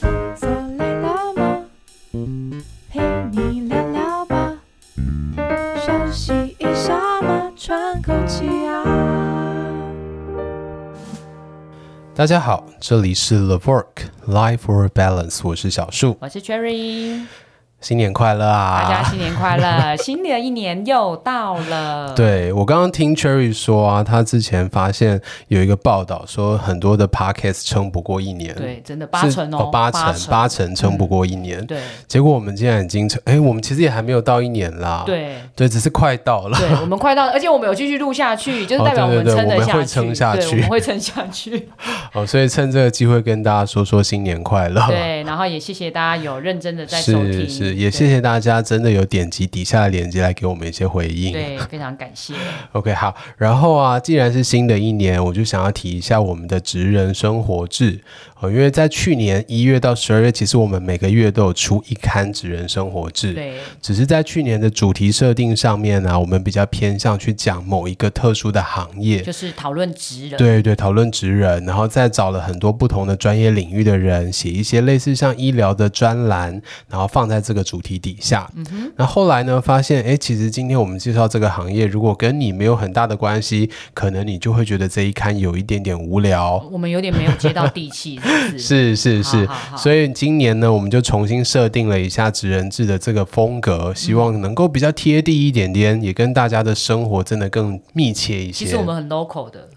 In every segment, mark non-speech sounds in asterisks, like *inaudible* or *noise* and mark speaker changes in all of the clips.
Speaker 1: 坐累了吗？陪你聊聊吧，休息一下嘛，喘口气啊。
Speaker 2: 大家好，这里是 The Work Life for Balance，我是小树，
Speaker 3: 我是 Cherry，
Speaker 2: 新年快乐
Speaker 3: 大家
Speaker 2: 啊！
Speaker 3: 新年快乐！ *laughs* 新的一年又到了，，
Speaker 2: 对我刚刚听 Cherry 说啊，他之前发现有一个报道说，很多的 podcast 撑不过一年，
Speaker 3: 对，真的
Speaker 2: 是，
Speaker 3: 八成哦，
Speaker 2: 八成八成撑不过一年。
Speaker 3: 对
Speaker 2: 结果我们竟然已经撑，哎，我们其实也还没有到一年啦，
Speaker 3: 对。
Speaker 2: 对，只是快到了。 *laughs*
Speaker 3: 对，我们快到，而且我们有继续录下去，就是
Speaker 2: 哦
Speaker 3: 代表我
Speaker 2: 对
Speaker 3: 们
Speaker 2: 对对我
Speaker 3: 撑得
Speaker 2: 们
Speaker 3: 下
Speaker 2: 会
Speaker 3: 去，
Speaker 2: 撑下
Speaker 3: 对，
Speaker 2: 去
Speaker 3: 我们会撑下
Speaker 2: *laughs*
Speaker 3: 去。
Speaker 2: 哦，所以趁这个机会跟大家说说新年快乐。
Speaker 3: 对，然后也谢谢大家有认真的在收听，
Speaker 2: 是是，也
Speaker 3: 对
Speaker 2: 谢谢大家真的有点击底下的链接来给我们一些回应。
Speaker 3: 对，非常感谢。
Speaker 2: OK，好。然后啊，既然是新的一年，我就想要提一下我们的职人生活志。呃，因为在去年一月到十二月，其实我们每个月都有出一刊职人生活志。
Speaker 3: 对
Speaker 2: 只 *laughs* 是在去年的主题设定上面啊呢、我们比较偏向去讲某一个特殊的行业，
Speaker 3: 就是讨论职人，
Speaker 2: 对对，讨论职人，然后再找了很多不同的专业领域的人写一些类似像医疗的专栏，然后放在这个主题底下。嗯、那后来呢，发现诶，其实今天我们介绍这个行业，如果跟你没有很大的关系，可能你就会觉得这一刊有一点点无聊。
Speaker 3: 我们有点没有接到地
Speaker 2: *laughs*
Speaker 3: 气，是不
Speaker 2: 是
Speaker 3: 是？
Speaker 2: 是
Speaker 3: 好
Speaker 2: 是，
Speaker 3: 哦好好
Speaker 2: 所以今年呢，我们就重新设定了一下职人制的这个风格，希望能够比较贴地一点点，也跟大家的生活真的更密切一些。
Speaker 3: 嗯其实我们很 local 的，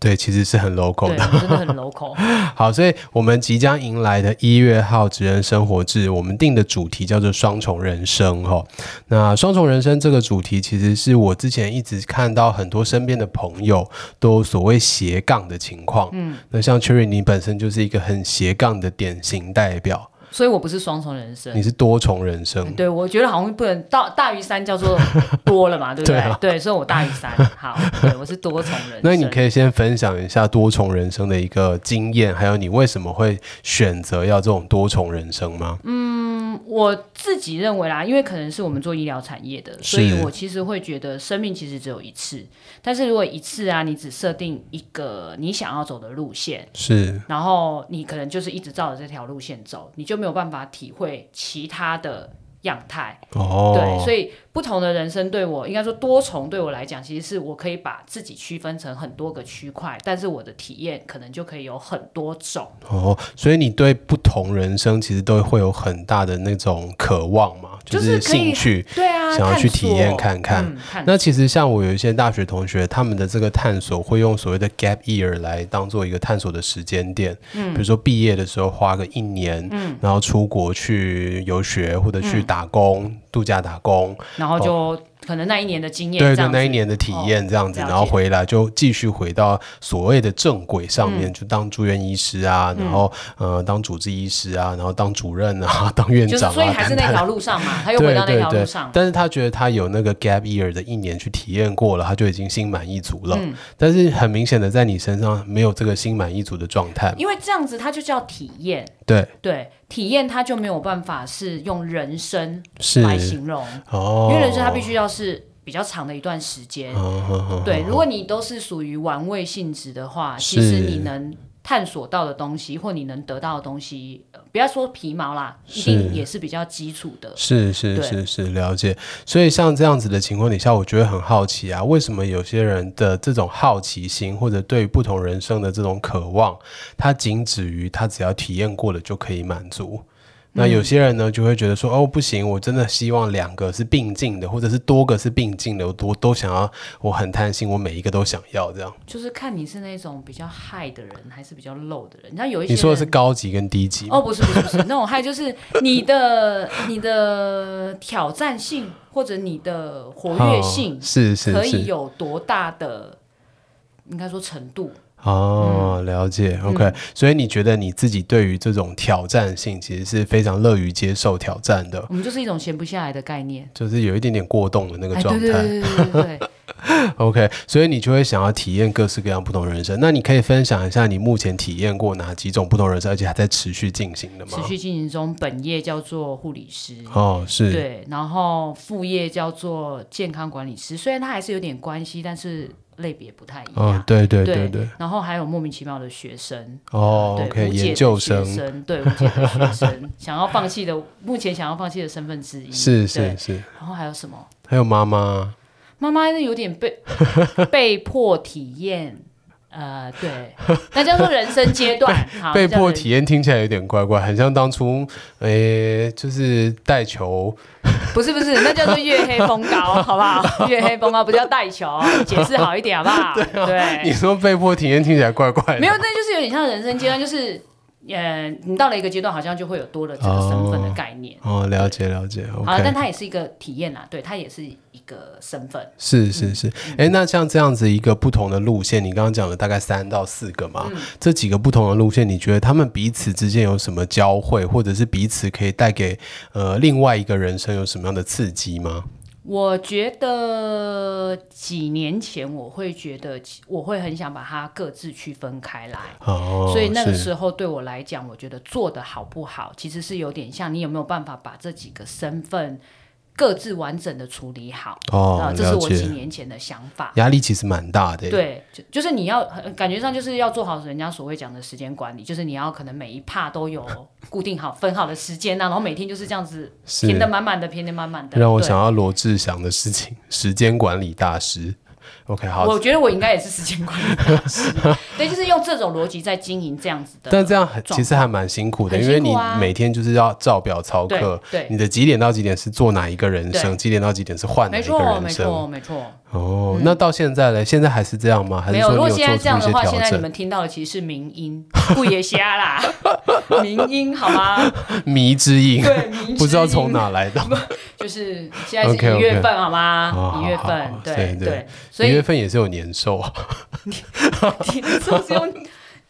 Speaker 2: 对，其实是很 local
Speaker 3: 对，
Speaker 2: 的
Speaker 3: 我。们真的很 local。
Speaker 2: 好，所以我们即将迎来的一月号职人生活志，我们定的主题叫做“双重人生”哈。那“双重人生”这个主题，其实是我之前一直看到很多身边的朋友都有所谓斜杠的情况。嗯，那像 Cherry，你本身就是一个很斜杠的典型代表，
Speaker 3: 所以我不是双重人生
Speaker 2: 你。是多重人生。
Speaker 3: 对，我觉得好像不能到大于三叫做多了嘛，对不
Speaker 2: *laughs* 对
Speaker 3: 对？
Speaker 2: 啊
Speaker 3: 对，所以我大于三。好，对，我是多重人生。
Speaker 2: 那你可以先分享一下多重人生的一个经验，还有你为什么会选择要这种多重人生吗？
Speaker 3: 嗯我自己认为啦，因为可能是我们做医疗产业的，所以
Speaker 2: 是
Speaker 3: 我其实会觉得生命其实只有一次。但是如果一次啊，你只设定一个你想要走的路线，
Speaker 2: 是
Speaker 3: 然后你可能就是一直照着这条路线走，你就没有办法体会其他的样态。
Speaker 2: 哦，
Speaker 3: 对，所以不同的人生对我应该说多重对我来讲，其实是我可以把自己区分成很多个区块，但是我的体验可能就可以有很多种。
Speaker 2: 哦，所以你对不同人生其实都会有很大的那种渴望嘛，
Speaker 3: 就是可以
Speaker 2: 兴趣。
Speaker 3: 对啊，
Speaker 2: 想要去体验看看
Speaker 3: 看，嗯、探
Speaker 2: 那其实像我有一些大学同学，他们的这个探索会用所谓的 gap year 来当做一个探索的时间点，嗯，比如说毕业的时候花个一年，嗯，然后出国去游学或者
Speaker 3: 嗯
Speaker 2: 去打工、度假打工，
Speaker 3: 然后就可能那一年的经验，
Speaker 2: 对对，
Speaker 3: 这样子哦
Speaker 2: 那一年的体验这样子，
Speaker 3: 了解
Speaker 2: 然后回来就继续回到所谓的正轨上面，
Speaker 3: 嗯
Speaker 2: 就当住院医师啊，然后呃当主治医师啊，然后当主任啊， *laughs* 当院
Speaker 3: 就是
Speaker 2: 长啊，
Speaker 3: 所以还是
Speaker 2: 等
Speaker 3: 那
Speaker 2: *laughs* 等
Speaker 3: 条路上嘛，他又
Speaker 2: 对
Speaker 3: 回到那
Speaker 2: 对
Speaker 3: 条路
Speaker 2: 对
Speaker 3: 上，，
Speaker 2: 但是他觉得他有那个 gap year 的一年去体验过了，他就已经心满意足了。
Speaker 3: 嗯
Speaker 2: 但是很明显的，在你身上没有这个心满意足的状态。
Speaker 3: 因为这样子它就叫体验，
Speaker 2: 对，
Speaker 3: 对，体验它就没有办法是用人生
Speaker 2: 是
Speaker 3: 来形容，
Speaker 2: 哦，
Speaker 3: 因为人生它必须要是比较长的一段时间，
Speaker 2: 嗯哼哼
Speaker 3: 对，如果你都是属于玩味性质的话，
Speaker 2: 是
Speaker 3: 其实你能探索到的东西，或你能得到的东西，呃不要说皮毛啦，一定也是比较基础的。
Speaker 2: 是是
Speaker 3: 对
Speaker 2: 是是，了解。所以像这样子的情况底下，我觉得很好奇啊，为什么有些人的这种好奇心，或者对于不同人生的这种渴望，它仅止于他只要体验过了就可以满足？那
Speaker 3: 嗯
Speaker 2: 有些人呢，就会觉得说，哦，不行，我真的希望两个是并进的，或者是多个是并进的，我都都想要，我很贪心，我每一个都想要这样。
Speaker 3: 就是看你是那种比较嗨的人，还是比较 low 的人。你知道有一些
Speaker 2: 你说的是
Speaker 3: 人
Speaker 2: 高级跟低级吗？
Speaker 3: 哦，不是不是不是那种嗨，就是你的你的挑战性或者你的活跃性
Speaker 2: 哦是是
Speaker 3: 可以
Speaker 2: 是
Speaker 3: 有多大的，应该说程度。嗯
Speaker 2: 哦，了解。OK，、所以你觉得你自己对于这种挑战性，其实是非常乐于接受挑战的，
Speaker 3: 我们就是一种闲不下来的概念。
Speaker 2: 就是有一点点过动的那个
Speaker 3: 哎，
Speaker 2: 状
Speaker 3: 对
Speaker 2: 态。
Speaker 3: 对对对对对。
Speaker 2: OK，所以你就会想要体验各式各样不同人生。那你可以分享一下你目前体验过哪几种不同人生，而且还在持续进行的吗
Speaker 3: 持？续进行中，本业叫做护理师，
Speaker 2: 哦，是
Speaker 3: 对，然后副业叫做健康管理师。虽然它还是有点关系，但是类别不太一
Speaker 2: 嗯
Speaker 3: 样，。
Speaker 2: 对对
Speaker 3: 对
Speaker 2: 对嗯对，
Speaker 3: 然后还有莫名其妙的学生，
Speaker 2: 哦
Speaker 3: 对
Speaker 2: ，OK，
Speaker 3: 无解
Speaker 2: 研
Speaker 3: 的
Speaker 2: 究
Speaker 3: 学
Speaker 2: 生
Speaker 3: 对无解的学生 *laughs* 想要放弃的，目前想要放弃的身份之一
Speaker 2: 是
Speaker 3: 对
Speaker 2: 是是，
Speaker 3: 然后还有什么？
Speaker 2: 还有妈妈，
Speaker 3: 妈妈是有点
Speaker 2: *laughs*
Speaker 3: 被被迫体验，呃，对，那叫做人生阶
Speaker 2: *laughs*
Speaker 3: 段，好
Speaker 2: 被
Speaker 3: 叫
Speaker 2: 迫
Speaker 3: 人
Speaker 2: 体验听起来有点怪怪，很像当初诶，就是带球
Speaker 3: 不是不是，那叫做月黑风
Speaker 2: *laughs*
Speaker 3: 高，好不好？月黑风高不叫带球，解释好一点好不
Speaker 2: *laughs*
Speaker 3: 好？
Speaker 2: 你
Speaker 3: 对，
Speaker 2: 说被迫体验听起来怪怪的，
Speaker 3: 哎没有，那就是有点像人生阶段，就是呃，你到了一个阶段，好像就会有多了这个身份的概念。
Speaker 2: 哦，了解了解，OK。
Speaker 3: 啊，但它也是一个体验啦，对，它也是一个身份。
Speaker 2: 是
Speaker 3: 嗯
Speaker 2: 是是，哎、那像这样子一个不同的路线，你刚刚讲了大概三到四个嘛，
Speaker 3: 嗯
Speaker 2: 这几个不同的路线，你觉得他们彼此之间有什么交汇，或者是彼此可以带给呃另外一个人生有什么样的刺激吗？
Speaker 3: 我觉得几年前我会觉得我会很想把它各自区分开来，
Speaker 2: 哦，
Speaker 3: 所以那个
Speaker 2: 是
Speaker 3: 时候对我来讲，我觉得做的好不好，其实是有点像你有没有办法把这几个身份各自完整的处理好。啊
Speaker 2: 哦，
Speaker 3: 这是
Speaker 2: 了
Speaker 3: 我几
Speaker 2: 解，
Speaker 3: 年前的想法。
Speaker 2: 压力其实蛮大的，，
Speaker 3: 对，就就是你要呃感觉上就是要做好人家所谓讲的时间管理，就是你要可能每一帕都
Speaker 2: *laughs*
Speaker 3: 有固定好分好的时间啊呐、然后每天就是这样子
Speaker 2: 是
Speaker 3: 填的满满的，填的满满的。
Speaker 2: 让我
Speaker 3: 对
Speaker 2: 想，到罗志祥的事情，时间管理大师。OK，好，
Speaker 3: 我觉得我应该也是时间管理大师。 *laughs* 对，就是用这种逻辑在经营这样子的。
Speaker 2: 但这样很
Speaker 3: 状
Speaker 2: 其实还蛮辛苦的，
Speaker 3: 很
Speaker 2: 因为
Speaker 3: 辛苦
Speaker 2: 你
Speaker 3: 啊
Speaker 2: 每天就是要照表操
Speaker 3: 对
Speaker 2: 课，
Speaker 3: 对
Speaker 2: 你的几点到几点是做哪一个人生，
Speaker 3: 对
Speaker 2: 几点到几点是换哪
Speaker 3: 没
Speaker 2: 一个
Speaker 3: 错，
Speaker 2: 人
Speaker 3: 没
Speaker 2: 生。
Speaker 3: 错，没错。
Speaker 2: 哦，那到现在嘞，现在还是这样吗？还
Speaker 3: 没
Speaker 2: 是
Speaker 3: 有，
Speaker 2: 说
Speaker 3: 如
Speaker 2: 你
Speaker 3: 果
Speaker 2: 做
Speaker 3: 现
Speaker 2: 出一
Speaker 3: 在这样的
Speaker 2: 些
Speaker 3: 话，
Speaker 2: 调
Speaker 3: 现在你
Speaker 2: 整？
Speaker 3: 们听到的其实是民音，不也瞎啦， *laughs* 民音好吗？
Speaker 2: 迷之音，
Speaker 3: 对，民音
Speaker 2: *laughs* 不知道从，哪来的。
Speaker 3: 就是现在是
Speaker 2: OK，OK 哦
Speaker 3: 一月份好
Speaker 2: 好好
Speaker 3: 吗？
Speaker 2: 好
Speaker 3: 一月份
Speaker 2: 好，对
Speaker 3: 对
Speaker 2: 对
Speaker 3: 对，所
Speaker 2: 一月
Speaker 3: 以
Speaker 2: 份也是有年兽 *laughs* 啊，
Speaker 3: 年兽是用 *laughs*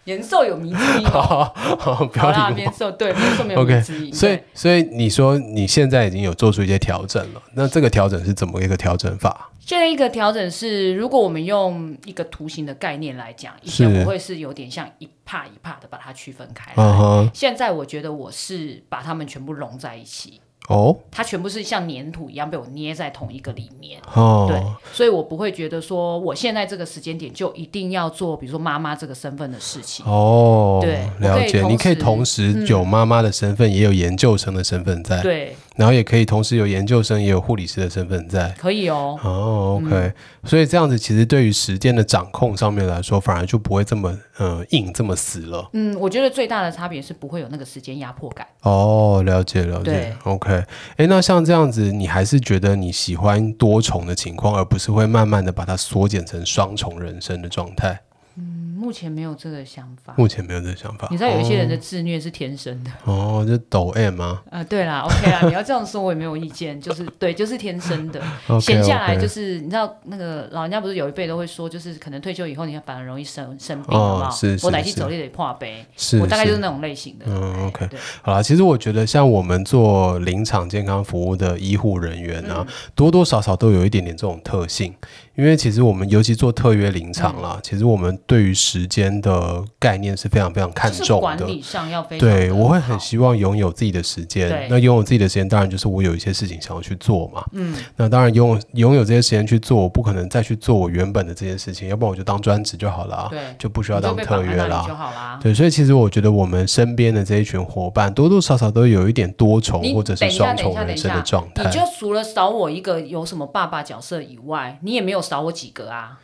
Speaker 3: 年兽有民之音
Speaker 2: *laughs* 好
Speaker 3: 哦，
Speaker 2: 好好不
Speaker 3: 好
Speaker 2: 要
Speaker 3: 啦，
Speaker 2: 理
Speaker 3: 年
Speaker 2: 我。
Speaker 3: 兽对年兽没有民
Speaker 2: OK，
Speaker 3: 之音，
Speaker 2: 所以
Speaker 3: 对
Speaker 2: 所以你说你现在已经有做出一些调整了，那这个调整是怎么一个调整法？
Speaker 3: 这一个调整是，如果我们用一个图形的概念来讲，以前
Speaker 2: 是
Speaker 3: 我会是有点像一帕一帕的把它区分开来，
Speaker 2: 嗯哼，
Speaker 3: 现在我觉得我是把它们全部融在一起。
Speaker 2: 哦
Speaker 3: 它全部是像粘土一样被我捏在同一个里面。对
Speaker 2: 哦，，
Speaker 3: 所以我不会觉得说我现在这个时间点就一定要做，比如说妈妈这个身份的事情。
Speaker 2: 哦，
Speaker 3: 对我
Speaker 2: 了
Speaker 3: 可以
Speaker 2: 解。
Speaker 3: 同
Speaker 2: 你可以
Speaker 3: 时嗯
Speaker 2: 同时有妈妈的身份，也有研究生的身份在，
Speaker 3: 对，
Speaker 2: 然后也可以同时有研究生，也有护理师的身份在。
Speaker 3: 可以哦。
Speaker 2: 哦，OK，、所以这样子其实对于时间的掌控上面来说，反而就不会这么呃硬这么死了。
Speaker 3: 嗯，我觉得最大的差别是不会有那个时间压迫感。
Speaker 2: 哦，了解了解
Speaker 3: 对
Speaker 2: ，OK。哎，那像这样子，你还是觉得你喜欢多重的情况，而不是会慢慢的把它缩减成双重人生的状态？
Speaker 3: 嗯目前没有这个想法。
Speaker 2: 目前没有这个想法。
Speaker 3: 你知道有一些人的自虐是天生的。 *laughs*
Speaker 2: 哦，就抖 M 啊
Speaker 3: 啊，对啦
Speaker 2: *laughs*
Speaker 3: ，OK 啦，你要这样说我也没有意见，就是对，就是天生的。
Speaker 2: ，OK，
Speaker 3: 闲下来
Speaker 2: OK
Speaker 3: 就是你知道那个老人家不是有一辈都会说，就是可能退休以后你反而容易生生病，
Speaker 2: 哦
Speaker 3: 好不好？
Speaker 2: 是是
Speaker 3: 我哪去
Speaker 2: 是
Speaker 3: 走也得破杯，
Speaker 2: 是
Speaker 3: 我大概
Speaker 2: 是
Speaker 3: 就是那种类型的。
Speaker 2: 嗯
Speaker 3: 哎
Speaker 2: OK
Speaker 3: 对
Speaker 2: 好啦，其实我觉得像我们做临场健康服务的医护人员啊，
Speaker 3: 嗯
Speaker 2: 多多少少都有一点点这种特性，因为其实我们尤其做特约临场啦，
Speaker 3: 嗯
Speaker 2: 其实我们对于时间的概念是非常非常看
Speaker 3: 就是
Speaker 2: 重
Speaker 3: 管
Speaker 2: 的。
Speaker 3: 理上要非常
Speaker 2: 对，
Speaker 3: 的
Speaker 2: 我会很
Speaker 3: 好
Speaker 2: 希望拥有自己的时间
Speaker 3: 对。
Speaker 2: 那拥有自己的时间，当然就是我有一些事情想要去做嘛。嗯，那当然拥有拥有这些时间去做，我不可能再去做我原本的这些事情，要不然我就当专职就好了啊，
Speaker 3: 对，
Speaker 2: 就不需
Speaker 3: 你
Speaker 2: 要
Speaker 3: 就
Speaker 2: 当
Speaker 3: 被
Speaker 2: 特
Speaker 3: 绑在
Speaker 2: 约
Speaker 3: 那
Speaker 2: 啦。
Speaker 3: 里就好啦。
Speaker 2: 对，所以其实我觉得我们身边的这一群伙伴，多多少少都有一点多重
Speaker 3: 你
Speaker 2: 或者是
Speaker 3: 等一
Speaker 2: 双
Speaker 3: 下等一
Speaker 2: 重
Speaker 3: 下等
Speaker 2: 人
Speaker 3: 一
Speaker 2: 生
Speaker 3: 下
Speaker 2: 的状态
Speaker 3: 你。就除了少我一个有什么爸爸角色以外，你也没有少我几个啊。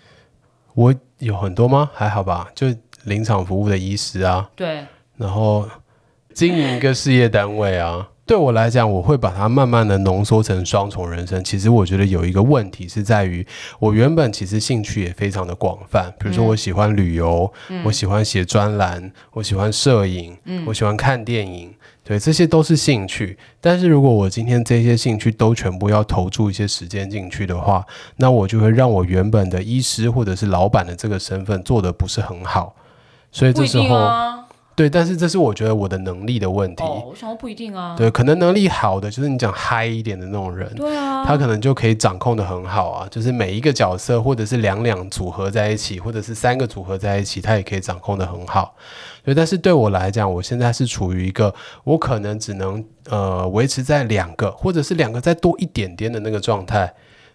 Speaker 2: 我有很多吗？还好吧，就临场服务的医师啊，
Speaker 3: 对，
Speaker 2: 然后经营一个事业单位啊。对我来讲，我会把它慢慢的浓缩成双重人生。其实我觉得有一个问题是在于，我原本其实兴趣也非常的广泛，比如
Speaker 3: 嗯
Speaker 2: 说我喜欢旅游，我喜欢写专栏，我喜欢摄影，
Speaker 3: 嗯
Speaker 2: 我喜欢看电影，对，这些都是兴趣。但是如果我今天这些兴趣都全部要投注一些时间进去的话，那我就会让我原本的医师或者是老板的这个身份做得不是很好。所以
Speaker 3: 不
Speaker 2: 这
Speaker 3: 一
Speaker 2: 时
Speaker 3: 定
Speaker 2: 候，
Speaker 3: 啊。
Speaker 2: 对，但是这是我觉得我的能力的问题。
Speaker 3: 哦，我想说不一定啊。
Speaker 2: 对，可能能力好的就是你讲嗨一点的那种人，
Speaker 3: 对啊，
Speaker 2: 他可能就可以掌控的很好啊。就是每一个角色，或者是两两组合在一起，或者是三个组合在一起，他也可以掌控的很好。对，但是对我来讲，我现在是处于一个我可能只能呃维持在两个，或者是两个再多一点点的那个状态。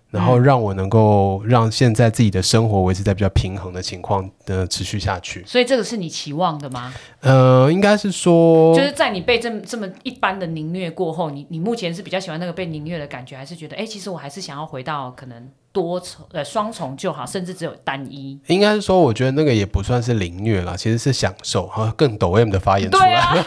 Speaker 2: 然
Speaker 3: 嗯
Speaker 2: 后让我能够让现在自己的生活维持在比较平衡的情况呃持续下去。
Speaker 3: 所以这个是你期望的吗？
Speaker 2: 呃，应该是说，
Speaker 3: 就是在你被这么这么一般的凌虐过后，你你目前是比较喜欢那个被凌虐的感觉，还是觉得哎、诶其实我还是想要回到可能多重呃双重就好，甚至只有单一？
Speaker 2: 应该是说，我觉得那个也不算是凌虐啦，其实是享受，好像更抖 M 的发言出
Speaker 3: 对
Speaker 2: 来。
Speaker 3: 啊，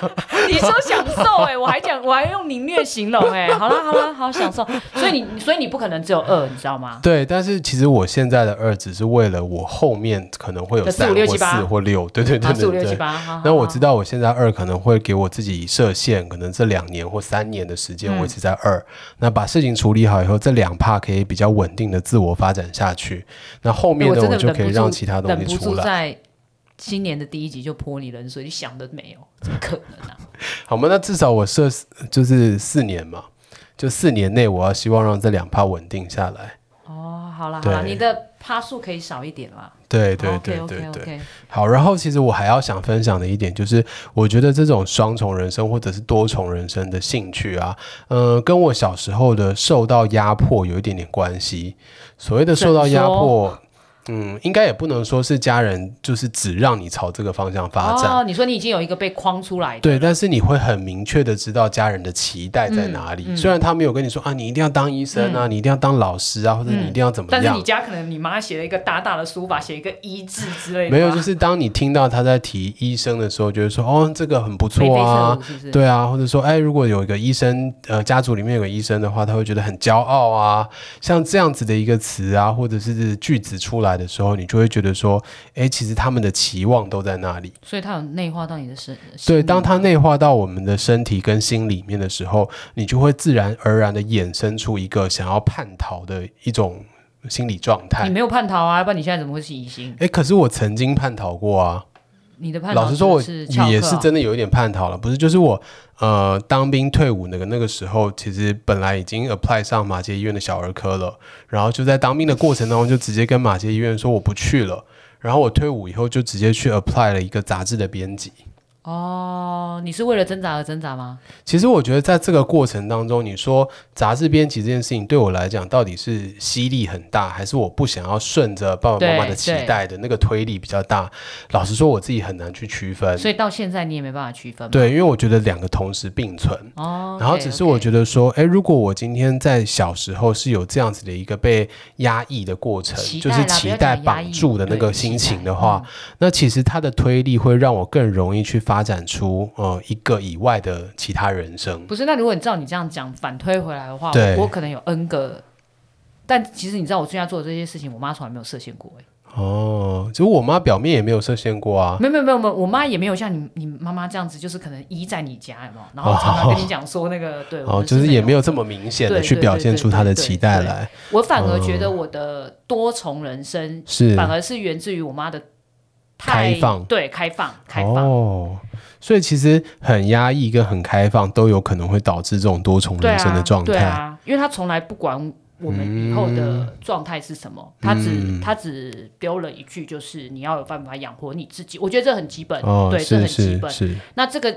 Speaker 3: 你说享受哎、我还讲我还用凌虐形容
Speaker 2: *laughs*
Speaker 3: 哎、好啦好啦，好享受。所以你所以你不可能只有二，你知道吗？
Speaker 2: *laughs* 对，但是其实我现在的二只是为了我后面可能会有
Speaker 3: 有四
Speaker 2: 三
Speaker 3: 五六
Speaker 2: 或
Speaker 3: 七八
Speaker 2: 四或六，对对对
Speaker 3: 啊，四五
Speaker 2: 对
Speaker 3: 六七
Speaker 2: 对。
Speaker 3: 八，啊好好
Speaker 2: 那我
Speaker 3: 好
Speaker 2: 知道我现在二可能会给我自己设限，可能这两年或三年的时间
Speaker 3: 嗯
Speaker 2: 维持在二、那把事情处理好以后，这两帕可以比较稳定的自我发展下去。那后面
Speaker 3: 哎我
Speaker 2: 呢，
Speaker 3: 真
Speaker 2: 我
Speaker 3: 的
Speaker 2: 就
Speaker 3: 忍
Speaker 2: 可
Speaker 3: 不
Speaker 2: 以
Speaker 3: 住，
Speaker 2: 让其他东
Speaker 3: 忍
Speaker 2: 西
Speaker 3: 不
Speaker 2: 出
Speaker 3: 住
Speaker 2: 来。
Speaker 3: 在新年的第一集就泼你冷水，你想都没有，怎么可能
Speaker 2: *laughs*
Speaker 3: 啊？
Speaker 2: 好嘛，那至少我设四就是四年嘛，就四年内我要希望让这两帕稳定下来。
Speaker 3: 哦，好了好了，
Speaker 2: 对
Speaker 3: 你的趴数可以少一点啦。哦
Speaker 2: 对对对
Speaker 3: o
Speaker 2: 对
Speaker 3: k o k o
Speaker 2: 对。
Speaker 3: k
Speaker 2: 好，然后其实我还要想分享的一点就是，我觉得这种双重人生或者是多重人生的兴趣啊，呃，跟我小时候的受到压迫有一点点关系。所谓的受到压迫，嗯，应该也不能说是家人就是只让你朝这个方向发展。
Speaker 3: 哦，你说你已经有一个被框出来的，
Speaker 2: 对，但是你会很明确的知道家人的期待在哪
Speaker 3: 嗯
Speaker 2: 里。虽然他没有跟你说啊，你一定要当医生啊，你一定要当老师啊，或者你一定要怎么
Speaker 3: 嗯但是
Speaker 2: 样。
Speaker 3: 你家可能你妈写了一个大大的书法，写一个一字之类的吧，
Speaker 2: 没有，就是当你听到他在提医生的时候，觉得说哦，这个很不
Speaker 3: 眉
Speaker 2: 错
Speaker 3: 飞
Speaker 2: 啊
Speaker 3: 色舞，是不是？
Speaker 2: 对啊，或者说，哎，如果有一个医生，呃，家族里面有个医生的话，他会觉得很骄傲啊。像这样子的一个词啊，或者是句子出来的时候，你就会觉得说，哎，其实他们的期望都在那里。
Speaker 3: 所以它有内化到你的身，心
Speaker 2: 对，
Speaker 3: 里
Speaker 2: 当它内化到我们的身体跟心里面的时候，你就会自然而然的衍生出一个想要叛逃的一种心理状
Speaker 3: 你
Speaker 2: 态。
Speaker 3: 没有叛逃啊，要不然你现在怎么会是疑心？
Speaker 2: 哎，可是我曾经叛逃过啊。
Speaker 3: 你的叛逃
Speaker 2: 老实说，我
Speaker 3: 是翘课
Speaker 2: 也是
Speaker 3: 哦
Speaker 2: 真的有一点叛逃了，不是？就是我呃当兵退伍那个那个时候，其实本来已经 apply 上马偕医院的小儿科了，然后就在当兵的过程当中，就直接跟马偕医院说我不去了。然后我退伍以后就直接去 apply 了一个杂志的编辑。
Speaker 3: 哦，你是为了挣扎而挣扎吗？
Speaker 2: 其实我觉得在这个过程当中，你说杂志编辑这件事情对我来讲到底是吸力很大，还是我不想要顺着爸爸妈妈的
Speaker 3: 对
Speaker 2: 期
Speaker 3: 对
Speaker 2: 待的那个推力比较大？老实说，我自己很难去区分。
Speaker 3: 所以到现在你也没办法区分嘛。
Speaker 2: 嗯对，因为我觉得两个同时并存。
Speaker 3: 哦，
Speaker 2: 然后只是我觉
Speaker 3: 得
Speaker 2: 得说，哎，如果我今天在小时候是有这样子的一个被压抑的过程，
Speaker 3: 期
Speaker 2: 就
Speaker 3: 待啦
Speaker 2: 是期待绑住的那个心情的话，，
Speaker 3: 嗯
Speaker 2: 那其实它的推力会让我更容易去发展出呃一个以外的其他人生
Speaker 3: 不要太压抑嗯。不是？那如果你照你这样讲反推回来的话，
Speaker 2: 对
Speaker 3: 我我可能有 N 个。但其实你知道，我最近在做的这些事情，我妈从来没有设限过、欸。
Speaker 2: 哦，其实我妈表面也没有设限过啊。
Speaker 3: 没有没有没有，没有我妈也没有像你你妈妈这样子，就是可能依在你家，有没有？然后常常跟你讲说那个，对，我
Speaker 2: 哦，
Speaker 3: 们
Speaker 2: 就是
Speaker 3: 没
Speaker 2: 也没有这么明显的
Speaker 3: 对
Speaker 2: 去
Speaker 3: 对
Speaker 2: 表
Speaker 3: 对
Speaker 2: 现
Speaker 3: 对
Speaker 2: 出她的
Speaker 3: 对
Speaker 2: 期
Speaker 3: 对
Speaker 2: 待
Speaker 3: 对
Speaker 2: 来，
Speaker 3: 我反而觉
Speaker 2: 哦
Speaker 3: 得我的多重人生，
Speaker 2: 是
Speaker 3: 反而是源自于我妈的
Speaker 2: 开
Speaker 3: 太
Speaker 2: 放
Speaker 3: 对开放开放。
Speaker 2: 哦，所以其实很压抑跟很开放都有可能会导致这种多重
Speaker 3: 对
Speaker 2: 人生
Speaker 3: 啊，
Speaker 2: 的状
Speaker 3: 对
Speaker 2: 态。
Speaker 3: 啊，因为他从来不管我们以后的状态是什么，他只、
Speaker 2: 嗯
Speaker 3: 他只丢了一句，就是你要有办法养活你自己。我觉得这很基本，
Speaker 2: 哦，
Speaker 3: 对，
Speaker 2: 是
Speaker 3: 这很基
Speaker 2: 是
Speaker 3: 本。
Speaker 2: 是，
Speaker 3: 那这个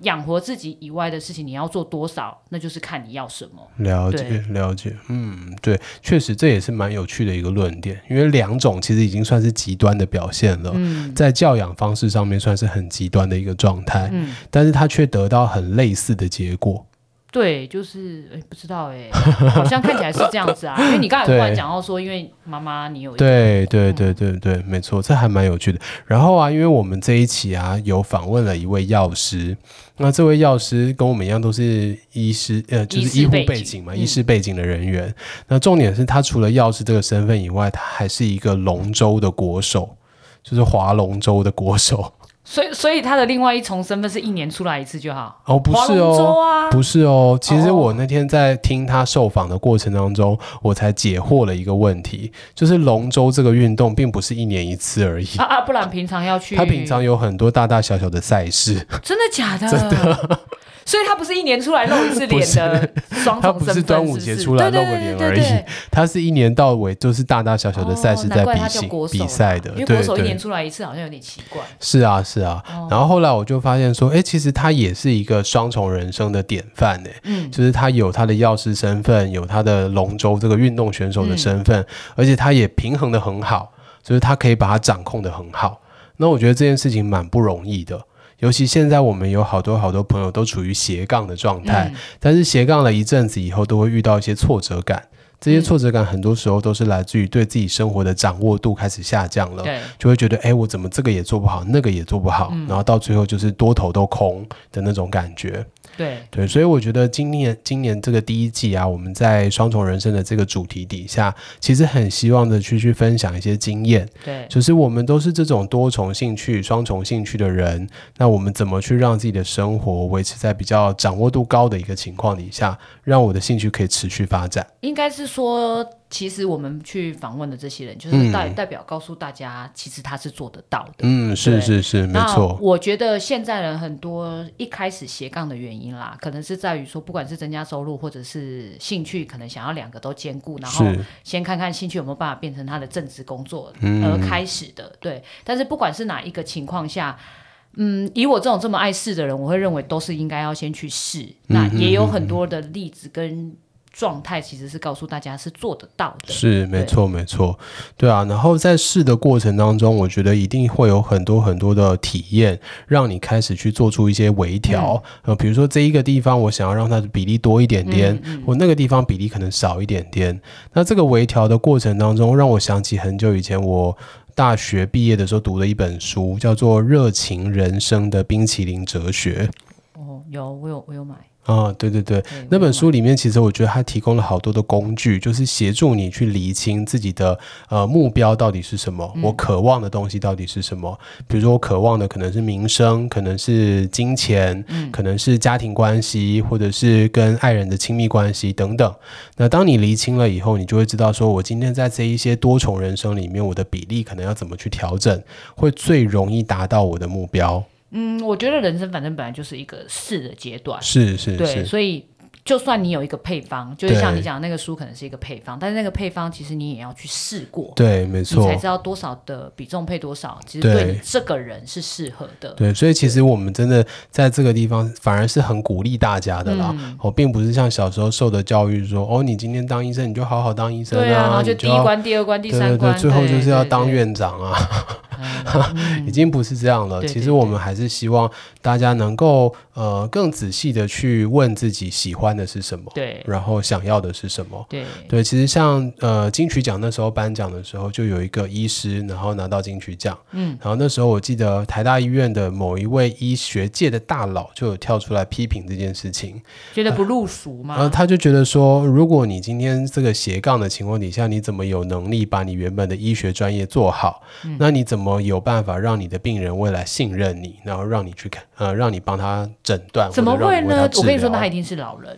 Speaker 3: 养活自己以外的事情，你要做多少，那就是看你要什么。
Speaker 2: 了
Speaker 3: 对
Speaker 2: 解了解，嗯，对，确实这也是蛮有趣的一个论点，因为两种其实已经算是极端的表现了，
Speaker 3: 嗯
Speaker 2: 在教养方式上面算是很极端的一个状态，
Speaker 3: 嗯，
Speaker 2: 但是他却得到很类似的结果。
Speaker 3: 对，就是哎、不知道哎、 *laughs* 好像看起来是这样子啊。因为你刚才突然
Speaker 2: 对
Speaker 3: 讲到说，因为妈妈你有一个
Speaker 2: 对
Speaker 3: 嗯
Speaker 2: 对对对对，没错，这还蛮有趣的。然后啊，因为我们这一期啊有访问了一位药师，那这位药师跟我们一样都是医师，呃，就
Speaker 3: 医
Speaker 2: 是
Speaker 3: 师
Speaker 2: 医护
Speaker 3: 背
Speaker 2: 背
Speaker 3: 景
Speaker 2: 景嘛，
Speaker 3: 嗯
Speaker 2: 医师背景的人员。那重点是他除了药师这个身份以外，他还是一个龙舟的国手，就是划龙舟的国手。
Speaker 3: 所以，所以他的另外一重身份是一年出来一次就好。
Speaker 2: 哦，不
Speaker 3: 划
Speaker 2: 是
Speaker 3: 龙舟
Speaker 2: 哦。
Speaker 3: 啊，
Speaker 2: 不是哦，其实
Speaker 3: 哦
Speaker 2: 我那天在听他受访的过程当中，我才解惑了一个问题，就是龙舟这个运动并不是一年一次而已，
Speaker 3: 啊啊！不然平常要去，
Speaker 2: 他平常有很多大大小小的赛事， *laughs*
Speaker 3: 真的假的？真的。所以他不是一年出来露一次脸的双
Speaker 2: 他
Speaker 3: 重身份，
Speaker 2: *laughs* 不是端午节
Speaker 3: 是
Speaker 2: 出来
Speaker 3: 对
Speaker 2: 露
Speaker 3: 对
Speaker 2: 个
Speaker 3: 对
Speaker 2: 脸
Speaker 3: 对
Speaker 2: 而
Speaker 3: 对
Speaker 2: 已
Speaker 3: 对，
Speaker 2: 他是一年到尾都是大大小小的赛事
Speaker 3: 哦
Speaker 2: 在
Speaker 3: 难怪
Speaker 2: 比
Speaker 3: 他叫
Speaker 2: 兴
Speaker 3: 国手
Speaker 2: 比
Speaker 3: 啦
Speaker 2: 赛的，
Speaker 3: 因为
Speaker 2: 对
Speaker 3: 国手一年
Speaker 2: 对。
Speaker 3: 出哦来一次好像有点奇怪。
Speaker 2: 是啊，是啊，然后后来我就发现说，哎，其实他也是一个双重人生的典范呢。
Speaker 3: 嗯，
Speaker 2: 就是他有他的药师身份，有他的龙舟这个运动选
Speaker 3: 嗯
Speaker 2: 手的身份，而且他也平衡的很好，就是他可以把它掌控的很好。那我觉得这件事情蛮不容易的，尤其现在我们有好多好多朋友都处于斜杠的状
Speaker 3: 嗯
Speaker 2: 态，但是斜杠了一阵子以后，都会遇到一些挫折感。这些挫折感很多时候都是来自于对自己生活的掌握度开始下降了，
Speaker 3: 对，
Speaker 2: 就会觉得，哎，我怎么这个也做不好，那个也做不好，然后到最后就是多头都空的那种感觉。
Speaker 3: 对，
Speaker 2: 对，所以我觉得今年今年这个第一季啊，我们在双重人生的这个主题底下，其实很希望的去去分享一些经验，
Speaker 3: 对，
Speaker 2: 就是我们都是这种多重兴趣、双重兴趣的人，那我们怎么去让自己的生活维持在比较掌握度高的一个情况底下，让我的兴趣可以持续发展？
Speaker 3: 应该是说，其实我们去访问的这些人，就是代、代表告诉大家，其实他是做得到的。
Speaker 2: 嗯，是
Speaker 3: 对
Speaker 2: 是是，没
Speaker 3: 那
Speaker 2: 错，
Speaker 3: 我觉得现在人很多一开始斜杠的原因啦，可能是在于说，不管是增加收入或者是兴趣，可能想要两个都兼顾，然后
Speaker 2: 是
Speaker 3: 先看看兴趣有没有办法变成他的正职工作
Speaker 2: 嗯
Speaker 3: 而开始的。对，但是不管是哪一个情况下。嗯，以我这种这么爱试的人，我会认为都是应该要先去试。
Speaker 2: 嗯
Speaker 3: 那也有很多的例子跟状态，其实是告诉大家是做得到的。
Speaker 2: 是没
Speaker 3: 对
Speaker 2: 错没错，对啊。然后在试的过程当中，我觉得一定会有很多很多的体验，让你开始去做出一些微
Speaker 3: 嗯
Speaker 2: 调。呃，比如说这一个地方我想要让它的比例多一点点，
Speaker 3: 嗯
Speaker 2: 我那个地方比例可能少一点点。那这个微调的过程当中，让我想起很久以前我。大学毕业的时候读的一本书，叫做《热情人生的冰淇淋哲学
Speaker 3: 哦，有我有我有买》
Speaker 2: 啊，对对对，
Speaker 3: 对我有
Speaker 2: 那本
Speaker 3: 买
Speaker 2: 书里面，其实我觉得它提供了好多的工具，就是协助你去厘清自己的呃目标到底是什么，我渴望的东西到底是什么。比如说，我渴望的可能是名声，可能是金钱，可能是家庭关系，或者是跟爱人的亲密关系等等。那当你厘清了以后，你就会知道，说我今天在这一些多重人生里面，我的比例可能要怎么去调整，会最容易达到我的目标。
Speaker 3: 嗯，我觉得人生反正本来就是一个试的阶段，
Speaker 2: 是是
Speaker 3: 对，
Speaker 2: 是，
Speaker 3: 所以就算你有一个配方，就是像
Speaker 2: 对
Speaker 3: 你讲的那个书可能是一个配方，但是那个配方其实你也要去试过，
Speaker 2: 对，没
Speaker 3: 你
Speaker 2: 错
Speaker 3: 才。知道多少的比重配多少，其实
Speaker 2: 对
Speaker 3: 对你这个人是适合的。
Speaker 2: 对，所以其实我们真的在这个地方反而是很鼓励大家的啦。
Speaker 3: 嗯
Speaker 2: 我、并不是像小时候受的教育说，哦，你今天当医生你就好好当医生
Speaker 3: 对啊，然后
Speaker 2: 你
Speaker 3: 就第一
Speaker 2: 要
Speaker 3: 关、第二关、第
Speaker 2: 对
Speaker 3: 三
Speaker 2: 对对
Speaker 3: 关，，
Speaker 2: 最后就是要
Speaker 3: 对嗯
Speaker 2: 当。院长啊，*laughs*
Speaker 3: 对
Speaker 2: 已经不是这样了。
Speaker 3: 对对
Speaker 2: 其实我们还是希望大家能够呃更仔细的去问自己喜欢的是什么，
Speaker 3: 对
Speaker 2: 然后想要的是什么。
Speaker 3: 对
Speaker 2: 对，其实像呃金曲奖那时候颁奖的时候，就有一个医师，然后拿到金曲奖。嗯，然后那时候我记得台大医院的某一位医学界的大佬就有跳出来批评这件事情，
Speaker 3: 觉得不入俗
Speaker 2: 然后
Speaker 3: 嘛？
Speaker 2: 啊他就觉得说，如果你今天这个斜杠的情况底下，你怎么有能力把你原本的医学专业做好？
Speaker 3: 嗯
Speaker 2: 那你怎么有办法让你的病人未来信任你，然后让你去看呃，让你帮他诊断？
Speaker 3: 怎么
Speaker 2: 或者让
Speaker 3: 会
Speaker 2: 为他
Speaker 3: 呢？
Speaker 2: 治
Speaker 3: 我跟你说，
Speaker 2: 疗啊
Speaker 3: 那一定是老人。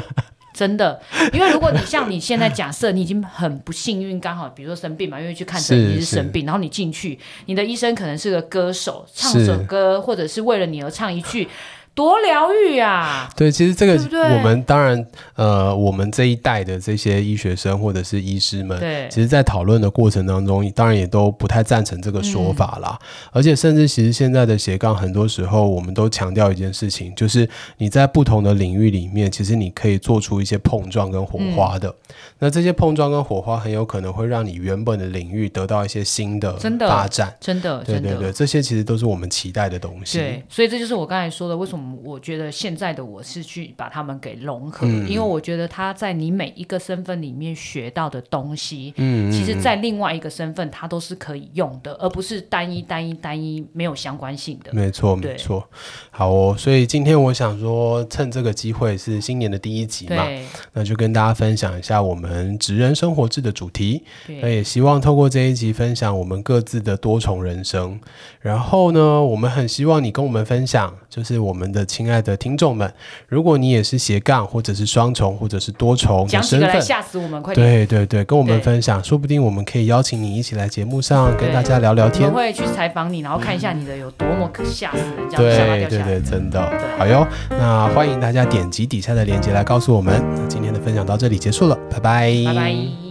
Speaker 3: *laughs* 真的，因为如果你像你现在假设你已经很不幸运，刚好比如说生病嘛，因为去看诊
Speaker 2: 是
Speaker 3: 你是
Speaker 2: 是
Speaker 3: 生病，然后你进去，你的医生可能是个歌手，唱
Speaker 2: 是
Speaker 3: 首歌或者是为了你而唱一句，多疗愈啊！
Speaker 2: 对，其实这个
Speaker 3: 对不对
Speaker 2: 我们当然，呃，我们这一代的这些医学生或者是医师们，
Speaker 3: 对
Speaker 2: 其实在讨论的过程当中，当然也都不太赞成这个说法啦。
Speaker 3: 嗯
Speaker 2: 而且，甚至其实现在的斜杠，很多时候我们都强调一件事情，就是你在不同的领域里面，其实你可以做出一些碰撞跟火花的。
Speaker 3: 嗯
Speaker 2: 那这些碰撞跟火花，很有可能会让你原本的领域得到一些新的
Speaker 3: 真的
Speaker 2: 发展。
Speaker 3: 真的，
Speaker 2: 对
Speaker 3: 真
Speaker 2: 对
Speaker 3: 的，
Speaker 2: 对，这些其实都是我们期待的东西。
Speaker 3: 对，所以这就是我刚才说的，为什么我觉得现在的我是去把他们给融合，
Speaker 2: 嗯
Speaker 3: 因为我觉得他在你每一个身份里面学到的东西，嗯，其实在另外一个身份它都是可以用的，而不是单一单一单一没有相关性的。
Speaker 2: 嗯没错，没
Speaker 3: 对
Speaker 2: 错。好哦，所以今天我想说，趁这个机会是新年的第一集嘛，
Speaker 3: 对
Speaker 2: 那就跟大家分享一下我们职人生活志的主题。那
Speaker 3: 对，
Speaker 2: 也希望透过这一集分享我们各自的多重人生。然后呢，我们很希望你跟我们分享，就是我们的亲爱的听众们，如果你也是斜杠，或者是双重，或者是多重的
Speaker 3: 讲几
Speaker 2: 身
Speaker 3: 个来
Speaker 2: 份，
Speaker 3: 吓死我们，快点！
Speaker 2: 对对对，跟我们
Speaker 3: 对
Speaker 2: 分享，说不定我们可以邀请你一起来节目上跟
Speaker 3: 对
Speaker 2: 大家聊聊
Speaker 3: 我
Speaker 2: 天
Speaker 3: 们。会去采访你，然后看一下你的有多么可吓死人，这样吓到
Speaker 2: 对
Speaker 3: 掉下
Speaker 2: 对
Speaker 3: 来。
Speaker 2: 对，真的
Speaker 3: 对
Speaker 2: 好哟。那欢迎大家点击底下的链接来告诉我们。那今天的分享到这里结束了，拜拜，
Speaker 3: 拜拜。